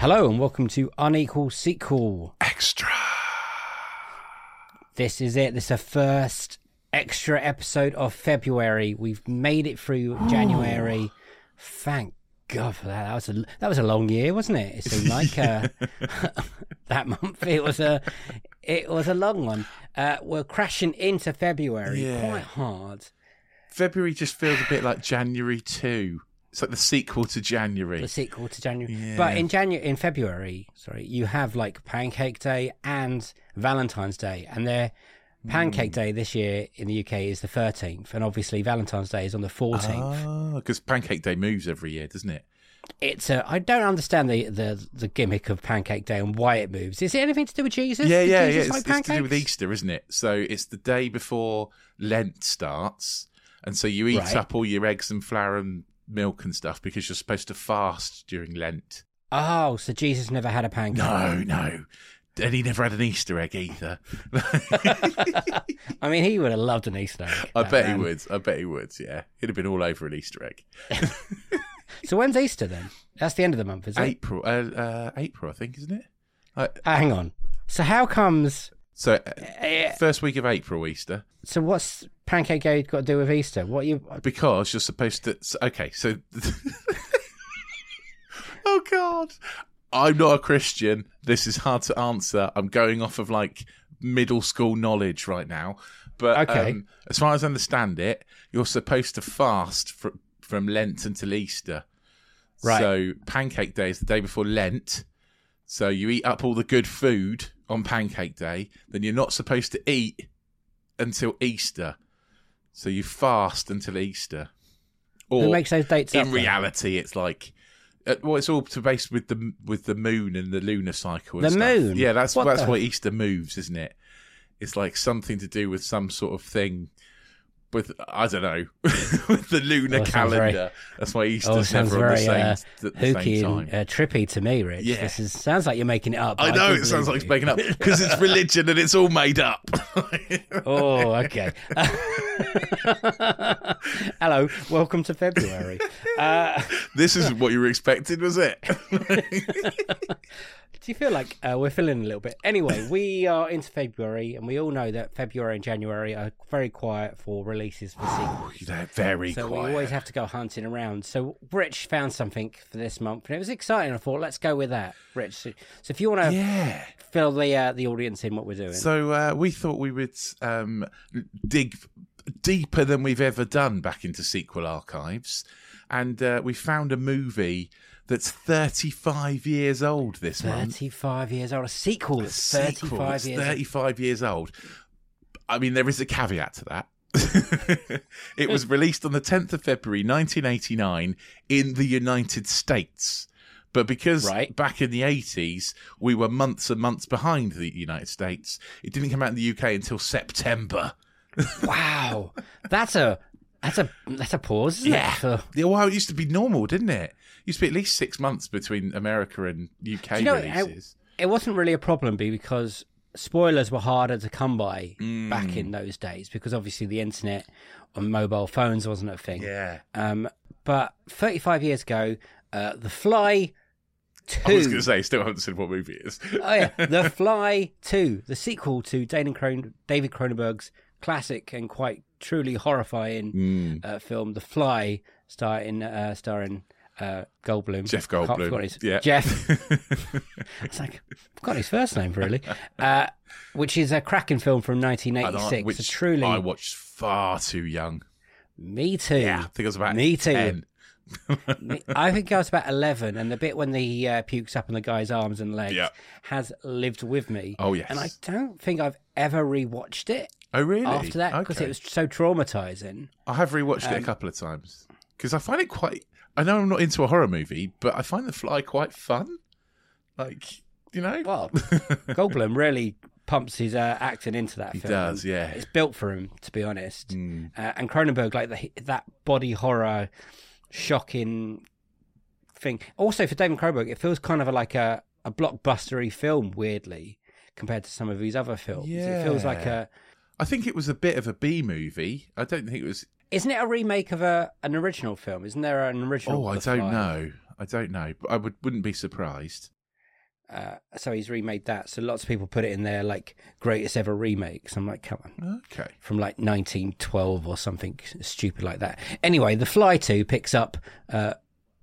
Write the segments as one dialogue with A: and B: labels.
A: Hello and welcome to Unequal Sequel Extra. This is it. This is the first extra episode of February. We've made it through January. Thank God for that. That was a that was a long year, wasn't it? It seemed like uh, that month. It was a it was a long one. Uh, we're crashing into February
B: Yeah.
A: quite hard.
B: February just feels a bit like January too. It's like the sequel to January.
A: the sequel to January.
B: Yeah.
A: But in January, in February, sorry, you have like Pancake Day and Valentine's Day, and their Pancake
B: Hmm.
A: Day this year in the UK is the 13th, and obviously Valentine's Day is on the
B: Ah.
A: 14th.
B: because Pancake Day moves every year, doesn't it?
A: It's a, I don't understand the, the the gimmick of Pancake Day and why it moves. Is it anything to do with Jesus?
B: yeah,
A: Did
B: yeah, yeah.
A: Jesus
B: It's,
A: like
B: it's to do with
A: pancakes?
B: Easter, isn't it? So it's the day before Lent starts, and so you eat
A: Right.
B: up all your eggs and flour and milk and stuff because you're supposed to fast during Lent.
A: Oh, so Jesus never had a pancake.
B: No, no. And he never had an Easter egg either.
A: I mean, he would have loved an Easter egg. Um,
B: I
A: that
B: bet
A: man.
B: he would. I bet he would. Yeah, he'd have been all over an Easter egg.
A: So when's Easter then? That's the end of the month, is it?
B: April, uh, uh, April, I think, isn't it? Uh,
A: Ah, hang on. So how comes?
B: so uh,
A: eh,
B: First week of April, Easter,
A: So what's Pancake Day got to do with Easter? What you?
B: because you're supposed to. so- Okay, so. oh God, I'm not a Christian. This is hard to answer. I'm going off of like middle school knowledge right now, but
A: Okay.
B: um, as far as I understand it, you're supposed to fast fr- from Lent until Easter.
A: Right.
B: So Pancake Day is the day before Lent. So you eat up all the good food on Pancake Day, then you're not supposed to eat until Easter. So you fast until Easter. Or
A: Who makes those dates Oh, up
B: in
A: then?
B: reality, it's like uh, well, it's all to base with the with the moon and the lunar cycle. and
A: The
B: stuff.
A: moon?
B: yeah. That's
A: What
B: that's
A: the-
B: why Easter moves, isn't it? It's like something to do with some sort of thing with I don't know with the lunar
A: Oh, sounds very-
B: calendar. that's why
A: Oh,
B: Easter's
A: sounds
B: never on the
A: very
B: same,
A: uh,
B: th- the
A: hooky
B: same time.
A: and uh, trippy to me, Rich.
B: Yeah.
A: This is, sounds like you're making it up.
B: I
A: but
B: know
A: do
B: it sounds like
A: believe
B: it's making up because it's religion and it's all made up.
A: you. Oh, okay. Oh, Hello, welcome to February. Uh,
B: this isn't what you were expecting, was it?
A: do you feel like uh, we're feeling a little bit? Anyway, we are into February, and we all know that February and January are very quiet for releases for sequels.
B: They're very
A: So
B: quiet.
A: we always have to go hunting around. So Rich found something for this month, and it was exciting. I thought, let's go with that, Rich. So, so if you want to
B: yeah.
A: fill the uh, the audience in what we're doing,
B: So uh, we thought we would um, dig deeper than we've ever done back into sequel archives, and uh, we found a movie that's 35 years old this month.
A: thirty-five years old, a sequel
B: A
A: that's
B: sequel
A: thirty-five
B: that's
A: years.
B: 35 years old. I mean, there is a caveat to that. it was released on the 10th of February 1989 in the United States. But because
A: Right.
B: back in the 80s, we were months and months behind the United States, it didn't come out in the UK until September.
A: old. Wow, that's a that's a that's a pause. Isn't It?
B: Yeah.
A: For-
B: Yeah, Well, it used to be normal, didn't it? It used to be at least six months between America and UK
A: Do you know,
B: releases.
A: it wasn't really a problem be because spoilers were harder to come by back
B: Mm.
A: in those days because obviously the internet on mobile phones wasn't a thing.
B: Yeah.
A: Um, but 35 years ago, uh, The Fly 2.
B: I was going to say, still haven't said what movie it is.
A: oh yeah, The Fly Two, the sequel to David, Cron- David Cronenberg's classic and quite truly horrifying
B: Hmm.
A: uh, film, The Fly, starring uh, starring uh, Goldblum.
B: Jeff
A: Can't-
B: Goldblum.
A: forgot his-
B: Yeah.
A: Jeff. it's like I've got his first name really, uh, which is a cracking film from
B: And I-
A: 1986.
B: which
A: a truly,
B: I watched far too young.
A: me too.
B: Yeah, I think I was about
A: Me too.
B: 10.
A: Me- I think I was about 11, and the bit when the uh, pukes up on the guy's arms and legs
B: Yeah.
A: has lived with me.
B: Oh, yes.
A: And I don't think I've ever rewatched it
B: Oh, really?
A: after that because
B: Okay.
A: it was um, so traumatizing.
B: I have rewatched it a couple of times because I find it quite. I know I'm not into a horror movie, but I find The Fly quite fun. Like, you know?
A: Well, Goldblum really pumps his uh, acting into that
B: He
A: film.
B: does, yeah. Hmm.
A: It's built for him, to be honest. Uh, and Cronenberg, like the, that body horror, shocking thing. Also, for David Cronenberg, it feels kind of like a, a blockbustery film, weirdly, compared to some of his other films. It feels like
B: Yeah.
A: a
B: I think it was a bit of a B movie. I don't think it was.
A: Isn't it a remake of a an original film? Isn't there an original?
B: Oh, I
A: of The
B: don't
A: Fly?
B: know. I don't know. But I would, wouldn't be surprised.
A: Uh, so he's remade that. So lots of people put it in their like greatest ever remakes. I'm like, come on,
B: Okay.
A: from like 1912 or something stupid like that. Anyway, The Fly 2 picks up, uh,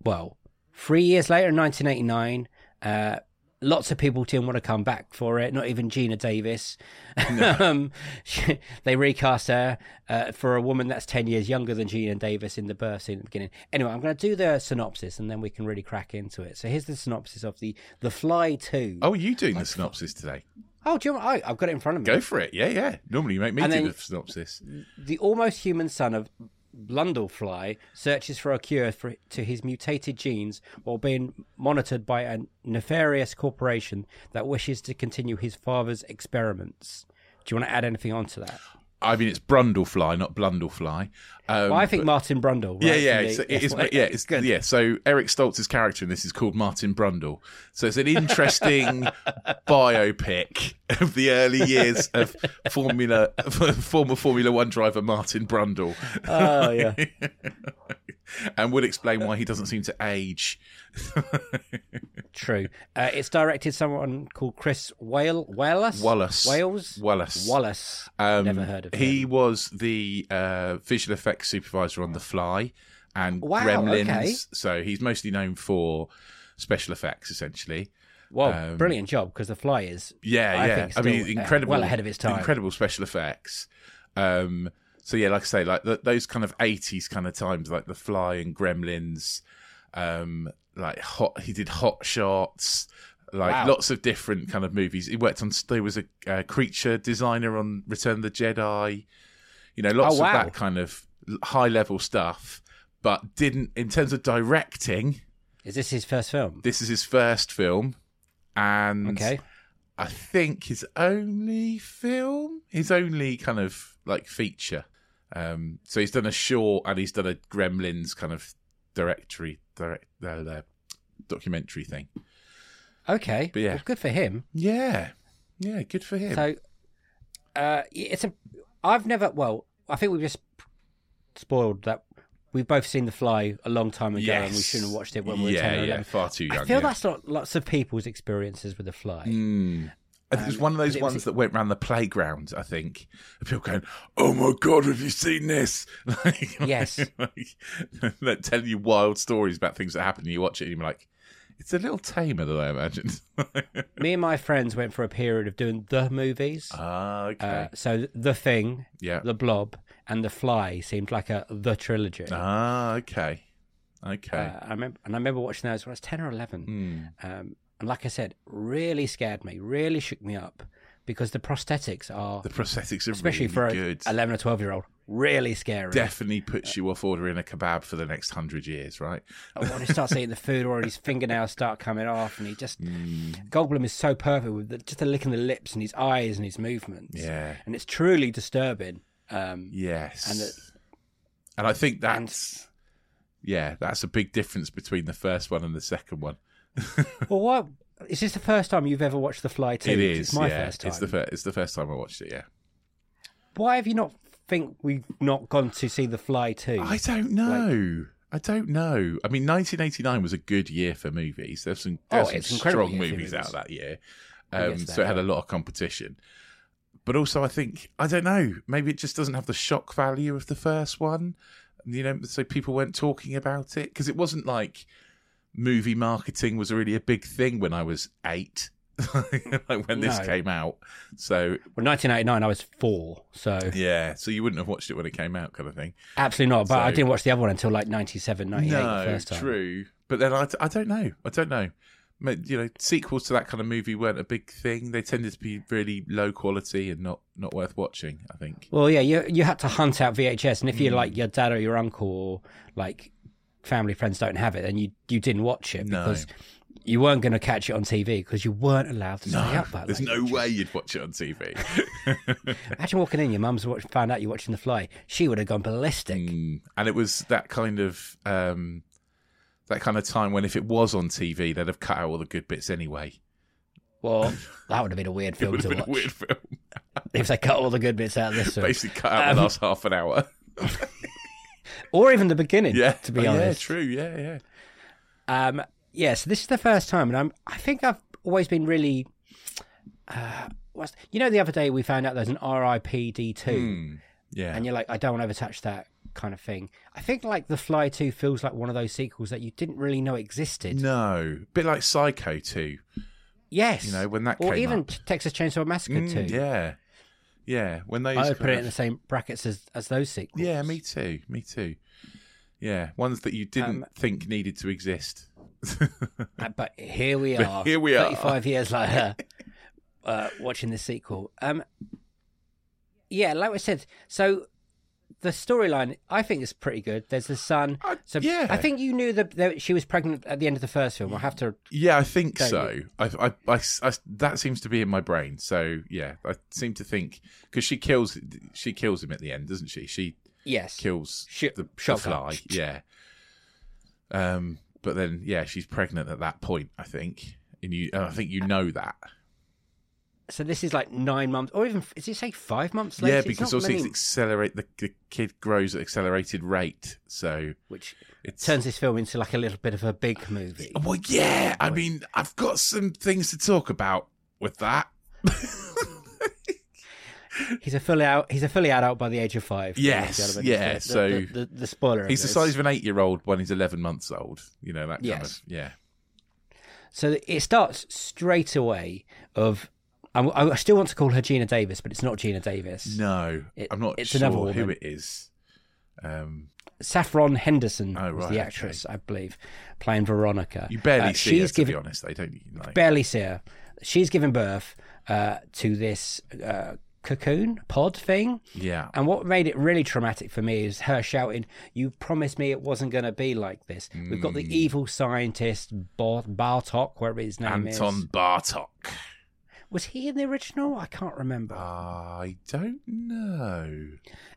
A: well, three years later in 1989. Uh, lots of people didn't want to come back for it, not even Gina Davis. um, she- they recast her uh, for a woman that's 10 years younger than Gina Davis in the birth scene at the beginning. Anyway, I'm going to do the synopsis and then we can really crack into it. So here's the synopsis of the The Fly 2.
B: Oh, you doing the synopsis today?
A: oh do you, I, I've got it in front of me.
B: Go for it. Yeah, yeah. Normally you make me
A: And
B: do
A: then-
B: the synopsis.
A: The almost human son of Blundellfly searches for a cure for, to his mutated genes while being monitored by a nefarious corporation that wishes to continue his father's experiments. Do you want to add anything onto that?
B: I mean, it's Brundlefly, not Blundlefly. Um,
A: well, I think Martin Brundle.
B: Yeah,
A: right,
B: yeah,
A: from
B: it's,
A: the-
B: it is, yeah, it's, yeah. So Eric Stoltz's character in this is called Martin Brundle. So it's an interesting biopic of the early years of Formula of former Formula One driver Martin Brundle,
A: Oh, yeah.
B: and would explain why he doesn't seem to age.
A: True. Uh, it's directed someone called Chris Whale, Wales?
B: Wallace.
A: Wales?
B: Wallace.
A: Wallace.
B: Um,
A: Never heard of him.
B: He was the uh, visual effects supervisor on The Fly and
A: Wow,
B: Gremlins.
A: okay.
B: So he's mostly known for special effects, essentially.
A: Well,
B: um,
A: brilliant job because The Fly is
B: Yeah,
A: I
B: yeah.
A: think
B: I mean,
A: still, uh,
B: incredible.
A: well ahead of its time.
B: Incredible special effects. Um, so yeah, like I say, like th- those kind of '80s kind of times, like The Fly and Gremlins. Um, like hot, he did Hot Shots. Like
A: Wow.
B: lots of different kind of movies. He worked on. There was a uh, creature designer on Return of the Jedi. You know, lots
A: Oh, wow.
B: of that kind of high level stuff. But didn't in terms of directing.
A: Is this his first film?
B: This is his first film, and
A: Okay.
B: I think his only film, his only kind of like feature. Um, so he's done a short and he's done a Gremlins kind of directory, direct uh, uh, documentary thing.
A: Okay.
B: But yeah.
A: Well, good for him.
B: Yeah, yeah, good for him.
A: So, uh, it's a. I've never. Well, I think we've just spoiled that. We've both seen The Fly a long time ago, and we
B: Yes.
A: shouldn't have watched it when we were
B: Yeah,
A: 10 or
B: yeah,
A: 11.
B: far too
A: I
B: young,
A: feel
B: yeah. Mm.
A: that's not lots of people's experiences with The Fly.
B: I think it was one of those
A: Um, it was-
B: ones that went round the playground. I think and people going, "Oh my god, have you seen this?" Like,
A: Yes.
B: like, they're telling you wild stories about things that happen. And you watch it, and you're like, "It's a little tamer than I imagined."
A: Me and my friends went for a period of doing the movies.
B: Ah, okay.
A: Uh, so, The Thing,
B: Yeah.
A: The Blob, and The Fly seemed like a the trilogy.
B: Ah, okay. Okay. Hmm.
A: Uh, I remember, and I remember watching those when I was ten or eleven. Um, and like I said, really scared me, really shook me up because the prosthetics are,
B: the prosthetics are
A: especially
B: really
A: for
B: good.
A: a Uh, eleven or twelve year old, really scary.
B: Definitely puts you off ordering a kebab for the next hundred years, right?
A: Or when he starts eating the food, or his fingernails start coming off, and he just
B: Hmm.
A: Goldblum is so perfect with the, just the lick in the lips and his eyes and his movements.
B: Yeah.
A: and it's truly disturbing. Um,
B: Yes.
A: And
B: And,
A: the-
B: I think
A: and-
B: that's yeah, that's a big difference between the first one and the second one.
A: well, what Is this the first time you've ever watched The Fly 2?
B: It is.
A: It's my
B: yeah,
A: first time.
B: it's the first. It's the first time I watched it. Yeah.
A: Why have you not think we've not gone to see The Fly 2?
B: I don't know. I don't know. I mean, 1989 was a good year for movies. There's some,
A: Oh,
B: there's
A: it's
B: some
A: incredible
B: strong
A: year for
B: movies out
A: movies. Oh,
B: that year.
A: I'll
B: Um,
A: get to
B: so
A: that,
B: it had
A: yeah.
B: a lot of competition. But also, I think, I don't know, maybe it just doesn't have the shock value of the first one. You know, so people weren't talking about it because it wasn't like movie marketing was really a big thing when I was eight, like when this
A: No.
B: came out. So,
A: Well, 1989, I was four, so
B: yeah, so you wouldn't have watched it when it came out, kind of thing.
A: absolutely not. But I
B: So-
A: didn't watch the other one until like 97, 98 the first time.
B: true. But then I, I don't know. I don't know. Ma- You know, sequels to that kind of movie weren't a big thing. They tended to be really low quality and not not worth watching. I think.
A: Well, yeah, you you had to hunt out VHS, and if
B: Hmm.
A: you like your dad or your uncle or like family friends don't have it, then you you didn't watch it
B: No.
A: because you weren't going to catch it on TV because you weren't allowed to stay up that
B: there's
A: late.
B: no way you'd watch it on TV.
A: Imagine walking in, your mum's watch, found out you're watching The Fly. She would have gone ballistic.
B: Mm. and it was that kind of um, that kind of time when if it was on TV, they'd have cut out all the good bits anyway.
A: Well, that would have been a weird
B: It
A: film
B: would
A: to
B: have been
A: watch
B: a weird film.
A: if they cut all the good bits out of this, one.
B: Basically, cut out the
A: Um,
B: last half an hour.
A: or even the beginning.
B: Yeah,
A: to be
B: Oh,
A: honest.
B: yeah, true. Yeah, yeah.
A: Um, yeah, so this is the first time, and I'm, I think I've always been really. Uh, what's, you know, the other day we found out there's an RIPD2,
B: Mm. Yeah.
A: and you're like, I don't want to overtouch that kind of thing. I think like The Fly 2 feels like one of those sequels that you didn't really know existed.
B: No, bit like Psycho too.
A: Yes.
B: You know, when that
A: Or
B: came
A: even
B: up.
A: T- Texas Chainsaw Massacre
B: Mm,
A: 2.
B: Yeah, yeah. When they
A: I
B: used
A: would
B: to
A: put it
B: kind
A: in the
B: of-
A: same brackets as, as those sequels.
B: yeah, me too, me too. Yeah, ones that you didn't
A: Um,
B: think needed to exist.
A: Uh, But here we
B: But
A: are.
B: here we are.
A: 35 years later, uh, watching the sequel. Um, yeah, like I said, so the storyline I think is pretty good. There's the son.
B: Uh,
A: so
B: yeah.
A: I think you knew that, that she was pregnant at the end of the first film. I have to.
B: Yeah, I think
A: Don't
B: so. I, I, I, I, that seems to be in my brain. So yeah, I seem to think because she kills, she kills him at the end, doesn't she? She
A: Yes.
B: kills
A: Shoot-
B: the, the
A: shotgun.
B: fly. Yeah. Um, but then yeah, she's pregnant at that point. I think, and you, and I think
A: Uh,
B: you know that.
A: So this is like nine months, or even is it say five months later?
B: Yeah,
A: It's
B: because
A: not
B: also
A: many,
B: it's accelerate the, the kid grows at accelerated rate, so
A: which
B: it's
A: turns this film into like a little bit of a big movie.
B: Oh, Well, yeah, I mean, I've got some things to talk about with that.
A: He's a fully out. He's a fully adult by the age of five.
B: Yes,
A: ladies and
B: yeah,
A: gentlemen. It's the- the-
B: so-
A: the, the, the spoiler. of
B: He's the
A: this.
B: size of an eight-year-old when he's eleven months old. You know that kind
A: Yes.
B: of yeah.
A: So it starts straight away of. I, I still want to call her Gina Davis, but it's not Gina Davis.
B: No,
A: It-
B: I'm not
A: it's
B: sure
A: another
B: who
A: woman.
B: it is. Um,
A: Saffron Henderson
B: Oh,
A: was
B: right,
A: the
B: okay.
A: actress, I believe, playing Veronica.
B: you barely
A: Uh,
B: see her,
A: she's
B: to
A: given,
B: be honest. They don't. You like-
A: Barely see her. She's giving birth uh, to this uh, cocoon pod thing.
B: yeah,
A: And what made it really traumatic for me is her shouting, You promised me it wasn't going to be like this. We've got
B: Mm.
A: the evil scientist, Bo- Bartok, whatever his name
B: Anton
A: is.
B: Bartok.
A: Was he in the original? I can't remember.
B: I don't know.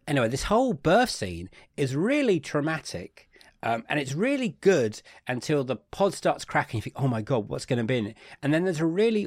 A: anyway, this whole birth scene is really traumatic. Um, and it's really good until the pod starts cracking. You think, oh my God, what's going to be in it? And then there's a really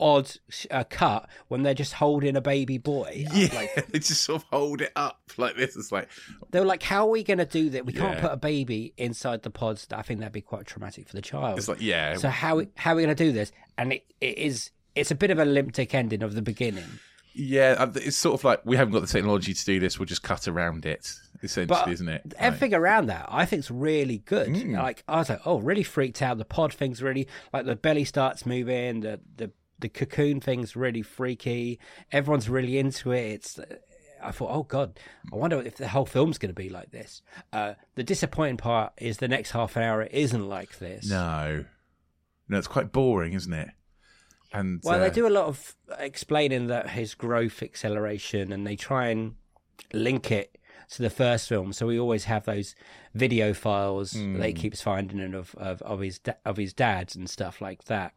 A: odd uh, cut when they're just holding a baby boy.
B: Yeah,
A: Like,
B: they just sort of hold it up like this. It's like,
A: they were like, how are we going to do that? We can't
B: Yeah.
A: put a baby inside the pods. I think that'd be quite traumatic for the child.
B: it's like, yeah.
A: so how, how are we going to do this? And it, it is, it's a bit of a limptic ending of the beginning.
B: Yeah, uh, it's sort of like we haven't got the technology to do this. We'll just cut around it, essentially,
A: But
B: isn't it? Hmm.
A: Everything around that, I think's really good. Like I was like, oh, really freaked out. The pod thing's really like the belly starts moving. The the the cocoon thing's really freaky. Everyone's really into it. It's I thought, oh god, I wonder if the whole film's going to be like this. Uh, the disappointing part is the next half an hour it isn't like this.
B: No, no, it's quite boring, isn't it? And
A: Well,
B: uh,
A: they do a lot of explaining that his growth acceleration, and they try and link it to the first film. So we always have those video files that he
B: Hmm.
A: keeps finding and of of, of his da- of his dad's and stuff like that.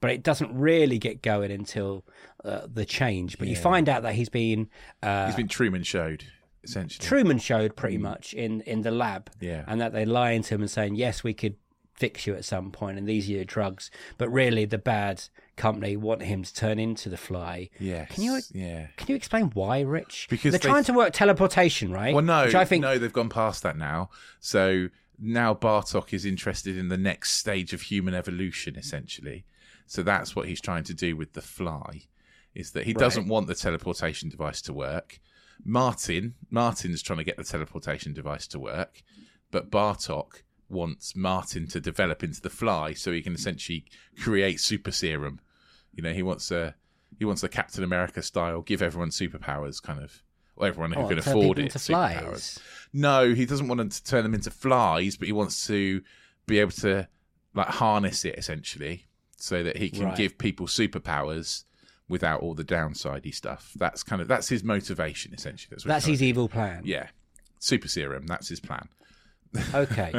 A: But it doesn't really get going until uh, the change. But you find out that he's been uh,
B: He's been Truman showed, essentially.
A: Truman showed pretty much in in the lab,
B: Mm. Yeah.
A: and that they lying to him and saying yes, we could fix you at some point, and these are your drugs. But really, the bad company want him to turn into the fly.
B: Yes.
A: Can you
B: Yeah.
A: can you explain why, Rich?
B: Because
A: they're
B: they-
A: trying to work teleportation, right?
B: Well, no,
A: Which I think
B: no, they've gone past that now. So now Bartok is interested in the next stage of human evolution, essentially. So that's what he's trying to do with the fly, is that he doesn't want the teleportation device to work. Martin, Martin's trying to get the teleportation device to work, but Bartok wants Martin to develop into the fly so he can essentially create super serum. You know, he wants a he wants the Captain America style, give everyone superpowers kind of or everyone who
A: oh,
B: can
A: turn
B: afford
A: people
B: it.
A: into flies.
B: superpowers. No, he doesn't want to turn them into flies, but he wants to be able to like harness it essentially, so that he can
A: Right.
B: give people superpowers without all the downsidey stuff. That's kind of that's his motivation essentially. That's, what
A: That's
B: he's
A: his evil plan.
B: trying to- Yeah, super serum. That's his plan.
A: Okay.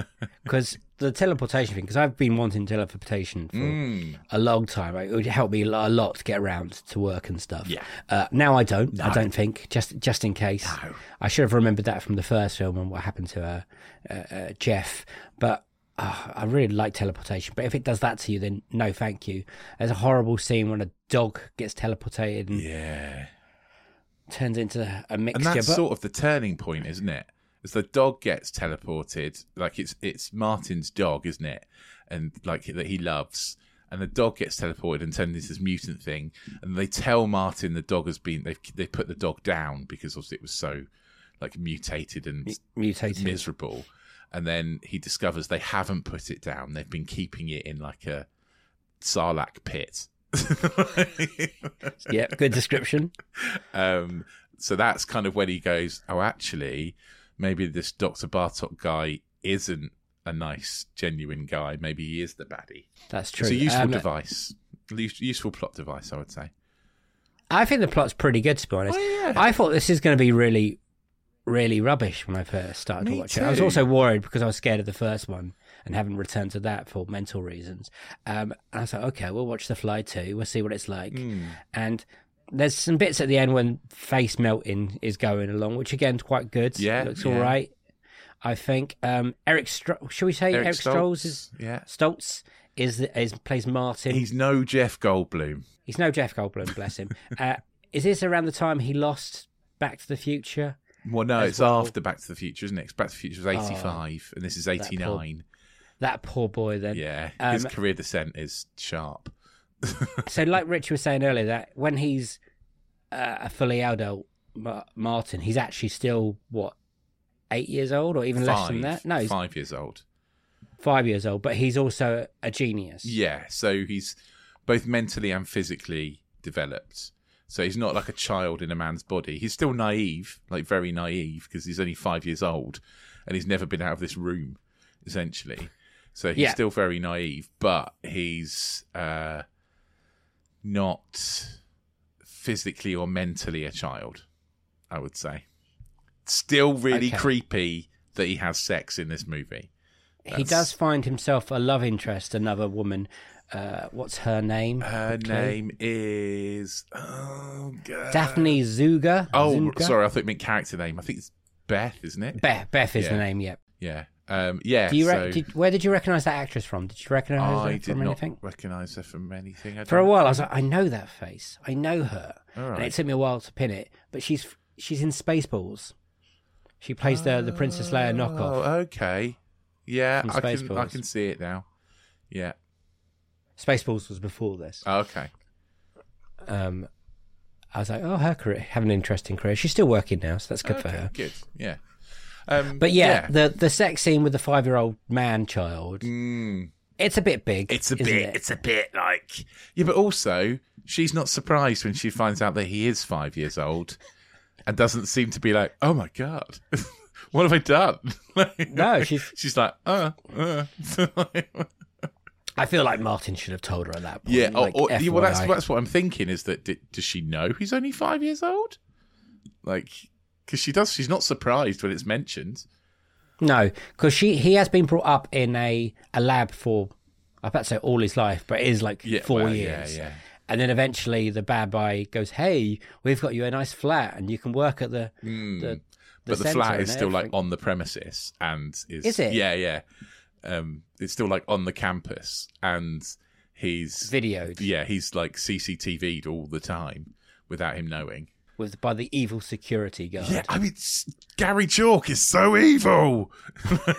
A: Because the teleportation thing, because I've been wanting teleportation for
B: Mm.
A: a long time. It would help me a lo- a lot to get around to work and stuff.
B: Yeah.
A: Uh, now I don't. I don't think. Just just in case.
B: No.
A: I should have remembered that from the first film and what happened to uh, uh, uh, Jeff. But uh, I really like teleportation. But if it does that to you, then no, thank you. There's a horrible scene when a dog gets teleported and
B: Yeah,
A: turns into a
B: and
A: mixture.
B: that's
A: but
B: sort of the turning point, isn't it? As the dog gets teleported, like it's it's Martin's dog, isn't it? And like that he loves, and the dog gets teleported and turned into this mutant thing. And they tell Martin the dog has been they've they put the dog down because obviously it was so like mutated and
A: mutated.
B: miserable. And then he discovers they haven't put it down; they've been keeping it in like a sarlacc pit.
A: yeah, good description.
B: Um, so that's kind of when he goes, oh, actually, maybe this Dr. Bartok guy isn't a nice, genuine guy. Maybe he is the baddie.
A: That's true.
B: It's a useful
A: Um,
B: device, Use- useful plot device, I would say.
A: I think the plot's pretty good, to be honest.
B: Oh, yeah.
A: I thought this is going to be really, really rubbish when I first started to
B: Me
A: watch it. I was
B: too.
A: also worried because I was scared of the first one and haven't returned to that for mental reasons. Um, I was like, okay, we'll watch The Fly too. We'll see what it's like.
B: Hmm.
A: And there's some bits at the end when face melting is going along, which again, quite good.
B: Yeah,
A: Looks
B: yeah.
A: all right, I think. Um, Eric, Stro- should we say Eric, Stoltz is.
B: Yeah.
A: Stoltz is, is plays Martin.
B: He's no Jeff Goldblum.
A: He's no Jeff Goldblum, bless him. Uh, is this around the time he lost Back to the Future?
B: Well, no,
A: As
B: it's
A: well.
B: after Back to the Future, isn't it? 'Cause Back to the Future
A: Ah,
B: was 85, and this is 89.
A: That poor boy then.
B: Yeah.
A: Um,
B: His career descent is sharp.
A: so, like Rich was saying earlier, that when he's uh, a fully adult Ma- Martin, he's actually still, what, eight years old or even less than that? No, he's
B: five years old.
A: five years old, but he's also a genius.
B: Yeah, so he's both mentally and physically developed. So he's not like a child in a man's body. He's still naive, like very naive, because he's only five years old and he's never been out of this room, essentially. So he's
A: Yeah.
B: still very naive, but he's uh, not physically or mentally a child, I would say. Still really
A: Okay.
B: creepy that he has sex in this movie.
A: He
B: That's-
A: does find himself a love interest, another woman. Uh, what's her name?
B: Her
A: Quickly.
B: name is oh god.
A: Daphne Zuga.
B: Oh,
A: Züger?
B: sorry, I thought it meant character name. I think it's Beth, isn't it?
A: Beth, Beth is the
B: Yeah.
A: name, yep.
B: Yeah. Um, yeah.
A: Do you
B: so
A: rec did, where did you recognise that actress from? Did you recognise
B: I
A: her
B: did
A: from
B: not
A: anything?
B: recognise her from anything. I
A: For a
B: don't-
A: while, I was like, I know that face. I know her.
B: All
A: And it
B: right.
A: took me a while to pin it. But she's she's in Spaceballs. She plays the the Princess Leia
B: Oh,
A: knockoff.
B: okay. Yeah,
A: From
B: I can I
A: Spaceballs.
B: can see it now. Yeah.
A: Spaceballs was before this.
B: Okay.
A: Um, I was like, oh, her career have an interesting career. She's still working now, so that's good for
B: Okay,
A: her.
B: Good. Yeah. Um,
A: But yeah, the the sex scene with the five year old man child.
B: Mm.
A: It's a bit big.
B: It's a
A: isn't
B: bit.
A: it?
B: It's a bit like yeah, but also she's not surprised when she finds out that he is five years old, and doesn't seem to be like, oh my god, what have I done? Like,
A: No, she's-
B: she's like, uh, uh.
A: I feel like Martin should have told her at that point.
B: yeah. or-
A: like,
B: or- yeah, well, that's
A: FYI.
B: that's what I'm thinking is that d- does she know he's only five years old? Like, because she does, she's not surprised when it's mentioned.
A: No, because she he has been brought up in a, a lab for I bet so all his life, but it is like
B: Yeah,
A: four
B: well, yeah,
A: years.
B: yeah.
A: And then eventually the bad boy goes, "Hey, we've got you a nice flat, and you can work at the the,
B: Hmm. but the
A: centre
B: flat
A: and
B: is still like
A: everything."
B: on the premises and is
A: Is it?
B: yeah yeah um, it's still like on the campus, and he's
A: Videoed
B: yeah, he's like CCTV'd all the time without him knowing.
A: with by the evil security guard.
B: Yeah, I mean s- Gary Chalk is so evil. I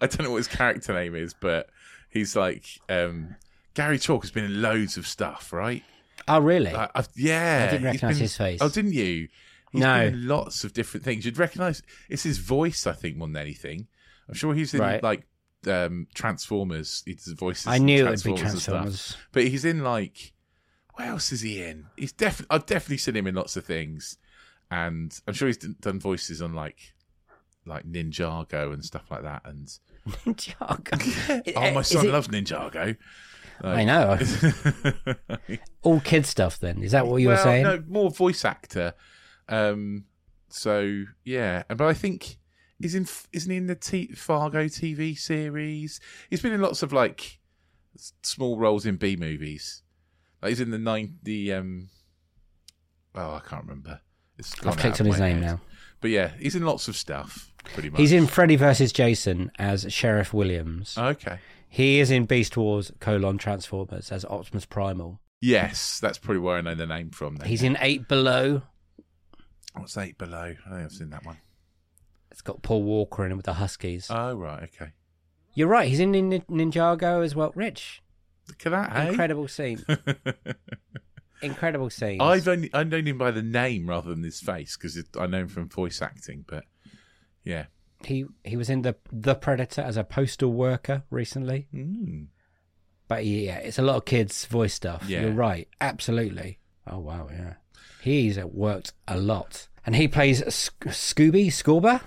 B: don't know what his character name is, but he's like um, Gary Chalk has been in loads of stuff, right?
A: Oh, really?
B: I, I've, yeah,
A: I didn't
B: he's
A: recognise
B: been-
A: his face.
B: Oh, didn't you? He's
A: No.
B: been in lots of different things. You'd recognise it's his voice, I think, more than anything. I'm sure he's in
A: Right.
B: like um, Transformers. His voices.
A: I
B: in
A: knew it would be
B: and stuff.
A: Transformers.
B: But he's in like, what else is he in? He's definitely. I've definitely seen him in lots of things, and I'm sure he's d- done voices on like, like Ninjago and stuff like that. And
A: Ninjago.
B: oh, my
A: Is
B: son
A: it-
B: loves Ninjago.
A: I know. All kid stuff. Then is that what you were
B: Well,
A: saying?
B: No, more voice actor. Um, so yeah, And- but I think he's in. Isn't he in the T- Fargo TV series? He's been in lots of like s- small roles in B movies. Like he's in the nine. The um, oh, I can't remember. It's gone
A: I've clicked
B: out of
A: on his
B: my
A: name
B: head.
A: now.
B: But yeah, he's in lots of stuff. Pretty much. Oh,
A: He's in Freddy versus Jason as Sheriff Williams.
B: Okay.
A: he is in Beast Wars: colon Transformers as Optimus Primal.
B: Yes, that's probably where I know the name from. Then.
A: He's in Eight Below.
B: What's eight below? I don't think I've seen that one.
A: It's got Paul Walker in it with the Huskies.
B: Oh right, okay.
A: You're right. He's in Nin- Ninjago as well. Rich,
B: Look at that. hey?
A: incredible scene. incredible scene.
B: I've uh, only I've known him by the name rather than his face because I know him from voice acting. But yeah,
A: He he was in the the Predator as a postal worker recently. Hmm.
B: mm.
A: But yeah, it's a lot of kids' voice stuff.
B: Yeah.
A: You're right. Absolutely. Oh, wow. Yeah. He's worked a lot. And he plays Sc- Scooby, Scorba?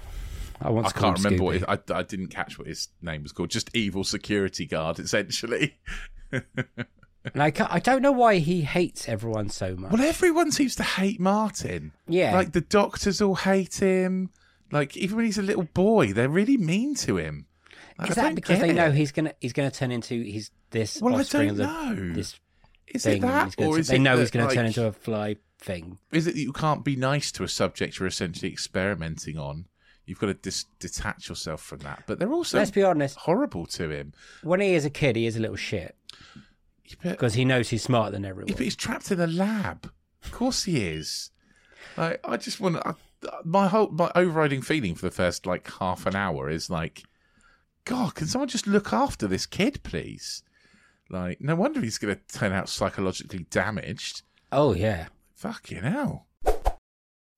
A: I
B: I
A: once called
B: can't
A: him
B: remember what
A: Scooby.
B: his, I I didn't catch what his name was called. Just evil security guard, essentially.
A: And I, can't, I don't know why he hates everyone so much.
B: Well, everyone seems to hate Martin.
A: Yeah.
B: like the doctors all hate him. Like even when he's a little boy, they're really mean to him. Like,
A: Is
B: I
A: that
B: don't
A: because
B: get
A: they
B: it.
A: know he's gonna he's gonna turn into he's this
B: Well, I
A: offspring
B: don't
A: of the,
B: know.
A: this
B: Is
A: thing?
B: it
A: and
B: that,
A: he's gonna
B: or
A: t-
B: is
A: they
B: it
A: know
B: that,
A: he's gonna turn
B: like-
A: into a fly thing.
B: is it that you can't be nice to a subject you're essentially experimenting on? You've got to dis- detach yourself from that. But they're also
A: Let's be honest.
B: horrible to him.
A: When he is a kid, he is a little shit
B: Yeah, But,
A: because he knows he's smarter than everyone.
B: yeah, but he's trapped in a lab. Of course he is. Like, I just want to. My whole my overriding feeling for the first like half an hour is like, God, can someone just look after this kid, please? Like, no wonder he's going to turn out psychologically damaged.
A: Oh yeah.
B: Fucking hell.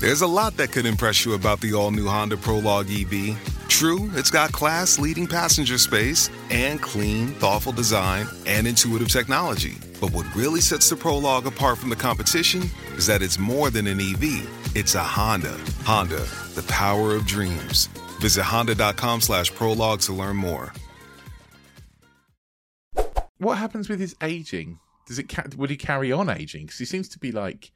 C: There's a lot that could impress you about the all new Honda Prologue EV. True, it's got class leading passenger space and clean, thoughtful design and intuitive technology. But what really sets the Prologue apart from the competition is that it's more than an EV, it's a Honda. Honda, the power of dreams. Visit honda.com slash prologue to learn more.
B: What happens with his aging? Does it ca- would he carry on aging? Because he seems to be like,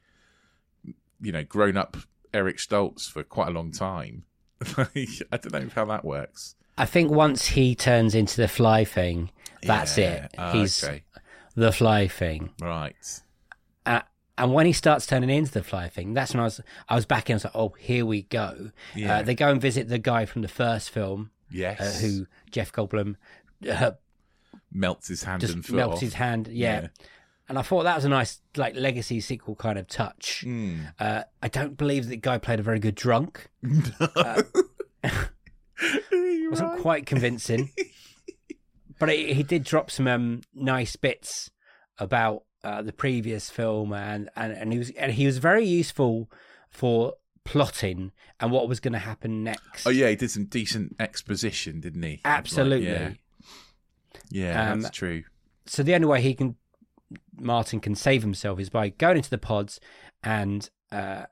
B: you know, grown up Eric Stoltz for quite a long time. Like, I don't know how that works.
A: I think once he turns into the fly thing, that's
B: Yeah, Ah,
A: it. He's
B: okay.
A: the fly thing.
B: right.
A: Uh, and when he starts turning into the fly thing, that's when I was I was back in. I was like, oh, here we go.
B: Yeah.
A: Uh, they go and visit the guy from the first film,
B: Yes.
A: uh, who Jeff Goldblum uh,
B: melts his hand and
A: just
B: foot
A: melts
B: off.
A: his hand. Yeah.
B: Yeah.
A: And I thought that was a nice like legacy sequel kind of touch.
B: Hmm.
A: Uh, I don't believe that guy played a very good drunk.
B: he
A: wasn't quite convincing, but he, he did drop some um, nice bits about uh, the previous film, and, and and he was and he was very useful for plotting and what was going to happen next.
B: Oh yeah, he did some decent exposition, didn't he?
A: absolutely.
B: Like, yeah, yeah
A: Um,
B: that's true.
A: so the only way he can Martin can save himself is by going into the pods and uh,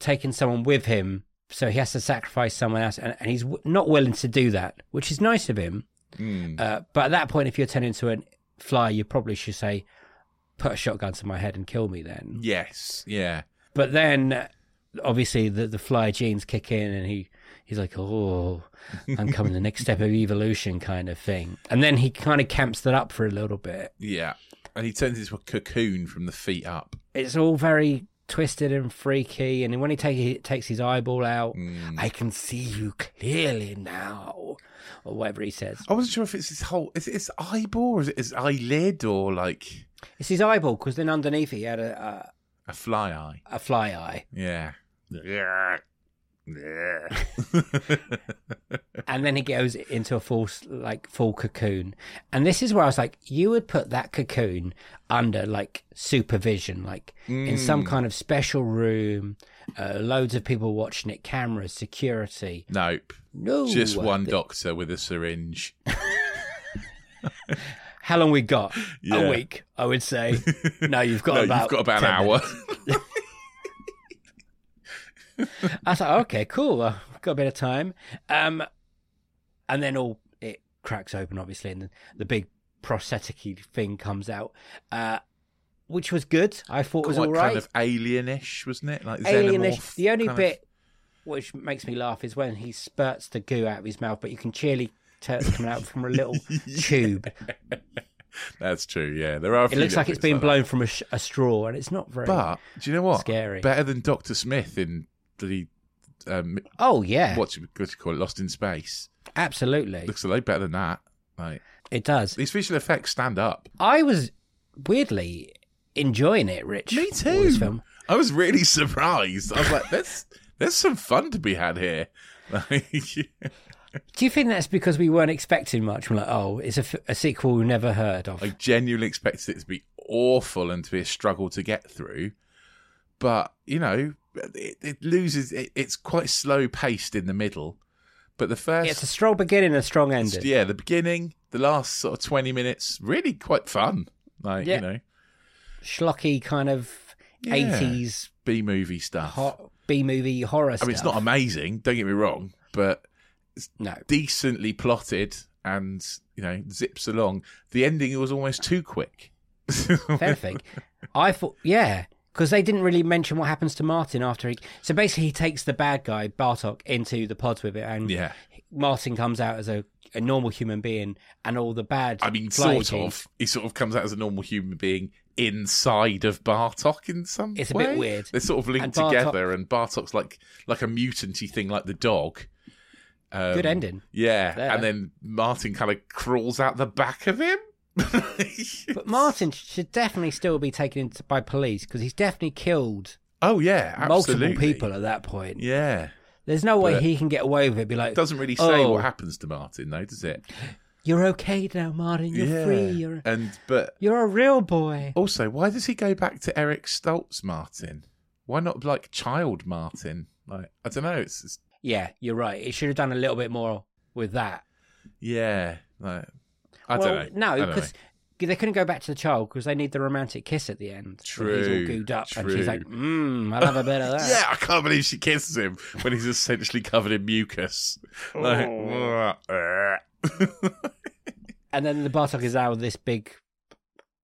A: taking someone with him. So he has to sacrifice someone else, and, and he's w- not willing to do that, which is nice of him. Uh, but at that point, if you're turning into a fly, you probably should say, "Put a shotgun to my head and kill me." Then,
B: Yes, yeah.
A: but then uh, obviously the the fly genes kick in, and he he's like, "Oh, I'm coming the next step of evolution," kind of thing. And then he kind of camps that up for a little bit.
B: Yeah. And he turns into a cocoon from the feet up.
A: it's all very twisted and freaky. And when he take, he takes his eyeball out,
B: Mm.
A: I can see you clearly now, or whatever he says.
B: I wasn't sure if it's his whole is it his eyeball or is it his eyelid or like
A: It's his eyeball because then underneath he had a,
B: a fly eye.
A: a, a fly eye,
B: Yeah. Yeah. Yeah.
A: and then he goes into a full s- like full cocoon. And this is where I was like, you would put that cocoon under like supervision, like in
B: Mm.
A: some kind of special room, uh, loads of people watching it, cameras, security.
B: nope.
A: No,
B: Just one
A: the-
B: doctor with a syringe.
A: How long we got?
B: Yeah.
A: A week, I would say. No, you've got
B: no,
A: about
B: you've got about an
A: 10
B: hour.
A: minutes. I thought, okay, cool. Uh, got a bit of time. Um, and then all it cracks open, obviously, and the, the big prosthetic thing comes out, uh, which was good. I thought was
B: Quite
A: all right.
B: kind of alienish, wasn't it? Like
A: Alienish.
B: xenomorph
A: The only
B: kind of-
A: bit which makes me laugh is when he spurts the goo out of his mouth, but you can clearly tell it's coming out from a little tube.
B: That's true. Yeah, there are. a
A: It
B: few
A: looks like
B: little
A: it's
B: bits
A: being
B: that.
A: blown from a, sh- a straw, and it's not very.
B: But do you know what?
A: Scary.
B: Better than Doctor Smith in the um,
A: oh yeah,
B: what's it, what do you call it? Lost in Space.
A: absolutely,
B: Looks a lot better than that. Like
A: it does.
B: these visual effects stand up.
A: I was weirdly enjoying it, Rich.
B: Me
A: for
B: too.
A: This film.
B: I was really surprised. I was like, "There's there's some fun to be had here." Like,
A: Do you think that's because we weren't expecting much? We're like, oh, it's a, f- a sequel we never heard of.
B: I genuinely expected it to be awful and to be a struggle to get through. But, you know, it, it loses, it, it's quite slow paced in the middle. But the first,
A: it's a strong beginning, a strong ending.
B: yeah, the beginning, the last sort of 20 minutes, really quite fun. Like,
A: Yeah.
B: you know,
A: Schlocky kind of
B: Yeah.
A: eighties
B: B movie stuff.
A: B movie horror.
B: I mean, it's not amazing, don't get me wrong, but
A: no.
B: decently plotted and, you know, zips along. The ending was almost too quick.
A: Fair thing. I thought, yeah, because they didn't really mention what happens to Martin after he. So basically, he takes the bad guy Bartok into the pods with it, and
B: Yeah.
A: Martin comes out as a, a normal human being, and all the bad.
B: I mean,
A: fly
B: sort
A: genes-
B: of. He sort of comes out as a normal human being inside of Bartok in some
A: It's a
B: way.
A: bit weird.
B: They're sort of linked
A: And Bartok-
B: together, and Bartok's like like a mutanty thing, like the dog. Um,
A: Good ending.
B: Yeah,
A: There.
B: and then Martin kind of crawls out the back of him.
A: But Martin should definitely still be taken into, by police because he's definitely killed
B: oh yeah, absolutely.
A: multiple people at that point.
B: Yeah,
A: There's no way
B: But-
A: he can get away with it. Be like,
B: it doesn't really say
A: "Oh,
B: what happens to Martin though, does it?
A: You're okay now, Martin. You're
B: yeah.
A: free. You're
B: And but
A: you're a real boy.
B: also, why does he go back to Eric Stoltz Martin? Why not like Child Martin? Like I don't know. It's, it's
A: Yeah, you're right. It should have done a little bit more with that.
B: Yeah, like, I
A: well,
B: don't know.
A: No,
B: I don't know.
A: because they couldn't go back to the child because they need the romantic kiss at the end. when He's all
B: True,
A: gooed up, and she's
B: true.
A: like, "Mmm, I love a bit of that."
B: yeah, I can't believe she kisses him when he's essentially covered in mucus. Like,
A: Oh.
B: eh.
A: And then the Bartok is out of this big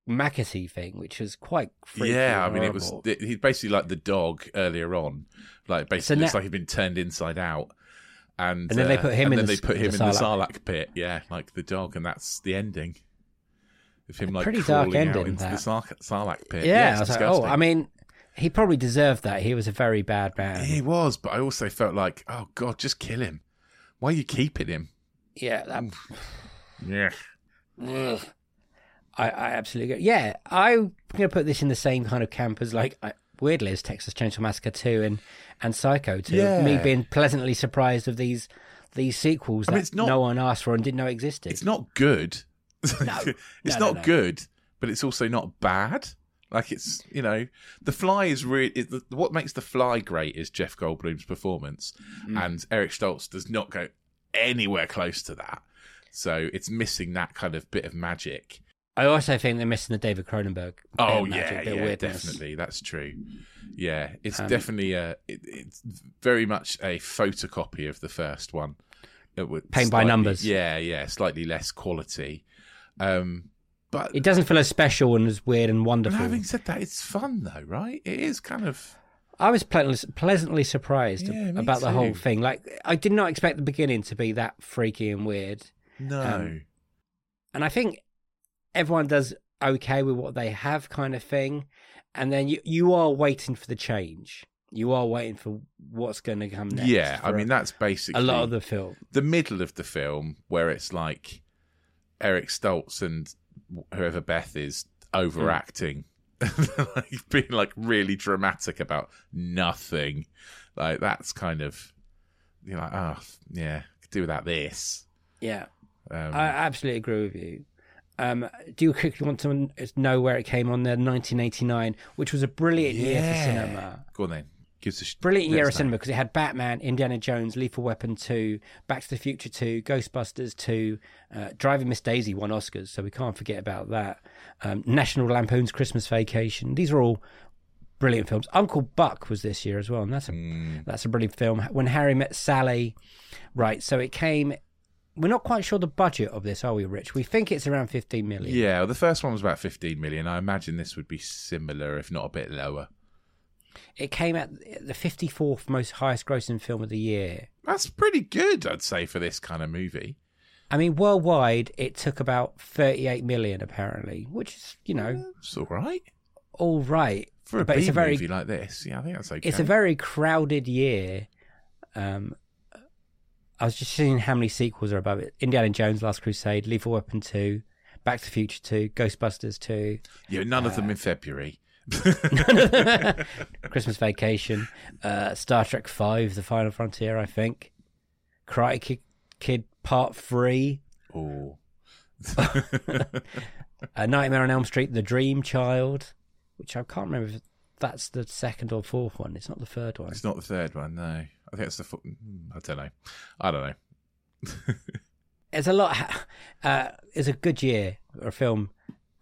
A: McAtee thing, which was quite freaky.
B: yeah, I
A: and
B: mean, it was
A: horrible.
B: th- he's basically like the dog earlier on. Like, basically,
A: So
B: looks
A: now-
B: like he'd been turned inside out. And,
A: And then they
B: uh,
A: put him
B: and
A: in
B: then
A: the
B: they put
A: s-
B: him
A: the
B: in the
A: Sarlacc.
B: Sarlacc pit. Yeah, like the dog, and that's the ending. Of him like
A: pretty dark
B: crawling out
A: ending,
B: into the
A: that.
B: Sar- Sarlacc pit.
A: Yeah,
B: it's
A: I was like, oh,
B: disgusting.
A: I mean, he probably deserved that. He was a very bad man.
B: he was, but I also felt like, oh god, just kill him. Why are you keeping him?
A: yeah, that,
B: Yeah.
A: I, I absolutely agree. Yeah, I'm going to put this in the same kind of camp as like I, weirdly as Texas Chainsaw Massacre two and and Psycho two.
B: Yeah.
A: Me being pleasantly surprised of these these sequels
B: I
A: that
B: mean, it's not-
A: no one asked for and didn't know existed.
B: It's not good. it's
A: no,
B: not
A: no.
B: good, but it's also not bad. Like it's you know, the Fly is really is the, what makes the Fly great is Jeff Goldblum's performance,
A: Mm.
B: and Eric Stoltz does not go anywhere close to that. So it's missing that kind of bit of magic.
A: I also think they're missing the David Cronenberg. bit
B: Oh
A: of magic,
B: yeah,
A: bit of
B: yeah,
A: weirdness.
B: definitely. That's true. Yeah, it's
A: Um,
B: definitely a. It, it's very much a photocopy of the first one. It would
A: Paint by
B: slightly-
A: numbers.
B: Yeah, yeah, slightly less quality. Um, but
A: It doesn't feel as special and as weird and
B: but
A: wonderful.
B: having said that, it's fun though, right? It is kind of.
A: I was pleasantly, pleasantly surprised
B: Yeah, me
A: about the whole
B: too.
A: thing. Like, I did not expect the beginning to be that freaky and weird.
B: No.
A: Um, and I think everyone does okay with what they have, kind of thing. And then you you are waiting for the change. You are waiting for what's going to come next.
B: yeah, I
A: for
B: mean that's basically
A: a lot of the film.
B: the middle of the film where it's like Eric Stoltz and whoever Beth is overacting, like being like really dramatic about nothing. Like that's kind of you're like, oh yeah, could do without this.
A: Yeah,
B: Um,
A: I absolutely agree with you. Um, do you quickly want to n- know where it came on there? 1989, which was a brilliant year for cinema.
B: Go on then, gives a sh-
A: Brilliant
B: let
A: year of
B: us know.
A: cinema because it had Batman, Indiana Jones, Lethal Weapon 2, Back to the Future 2, Ghostbusters 2, uh, Driving Miss Daisy won Oscars, so we can't forget about that. Um, National Lampoon's Christmas Vacation. These are all brilliant films. Uncle Buck was this year as well, and that's a that's a brilliant film. When Harry Met Sally, right? So it came. We're not quite sure the budget of this, are we, Rich? We think it's around 15 million.
B: Yeah, well, the first one was about 15 million. I imagine this would be similar, if not a bit lower.
A: It came at the 54th most highest grossing film of the year.
B: That's pretty good, I'd say, for this kind of movie.
A: I mean, worldwide, it took about 38 million, apparently, which is, you know,
B: It's all right
A: all right.
B: Mm. for a
A: but
B: B
A: it's a very,
B: movie like this. Yeah, I think that's okay.
A: it's a very crowded year. Um, I was just seeing how many sequels are above it: Indiana Jones, Last Crusade, Lethal Weapon Two, Back to the Future Two, Ghostbusters Two,
B: yeah, none of them in February.
A: Christmas Vacation, uh, Star Trek Five: The Final Frontier, I think, Karate Ki- Kid Part Three,
B: Oh,
A: uh, Nightmare on Elm Street, The Dream Child, which I can't remember if that's the second or fourth one. It's not the third one.
B: it's not the third one. No, I think it's the. Fo- mm, I don't know. I don't know.
A: It's a lot. ha- Uh, it's a good year for a film,